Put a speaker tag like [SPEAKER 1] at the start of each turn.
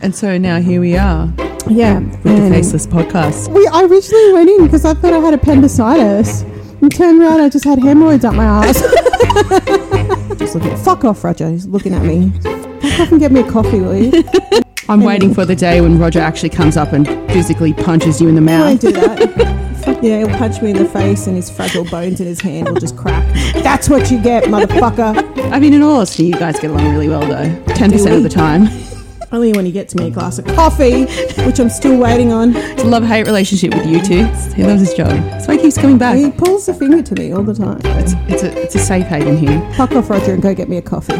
[SPEAKER 1] And so now here we are
[SPEAKER 2] Yeah.
[SPEAKER 1] with the
[SPEAKER 2] and
[SPEAKER 1] Faceless Podcast.
[SPEAKER 2] We, I originally went in because I thought I had appendicitis. And turned around, I just had hemorrhoids up my ass. just look at Fuck off, Roger. He's looking at me. Fuck off and get me a coffee, will you? Mm.
[SPEAKER 1] I'm waiting for the day when Roger actually comes up and physically punches you in the
[SPEAKER 2] I
[SPEAKER 1] mouth.
[SPEAKER 2] won't do that. Fuck yeah, he'll punch me in the face and his fragile bones in his hand will just crack. That's what you get, motherfucker.
[SPEAKER 1] I mean, in all honesty, you guys get along really well, though. 10% of the time.
[SPEAKER 2] Only when he gets me a glass of coffee, which I'm still waiting on.
[SPEAKER 1] It's a love hate relationship with you two. He loves his job. That's why he keeps coming back.
[SPEAKER 2] He pulls the finger to me all the time.
[SPEAKER 1] It's, it's, a, it's a safe haven here.
[SPEAKER 2] Fuck off, Roger, and go get me a coffee.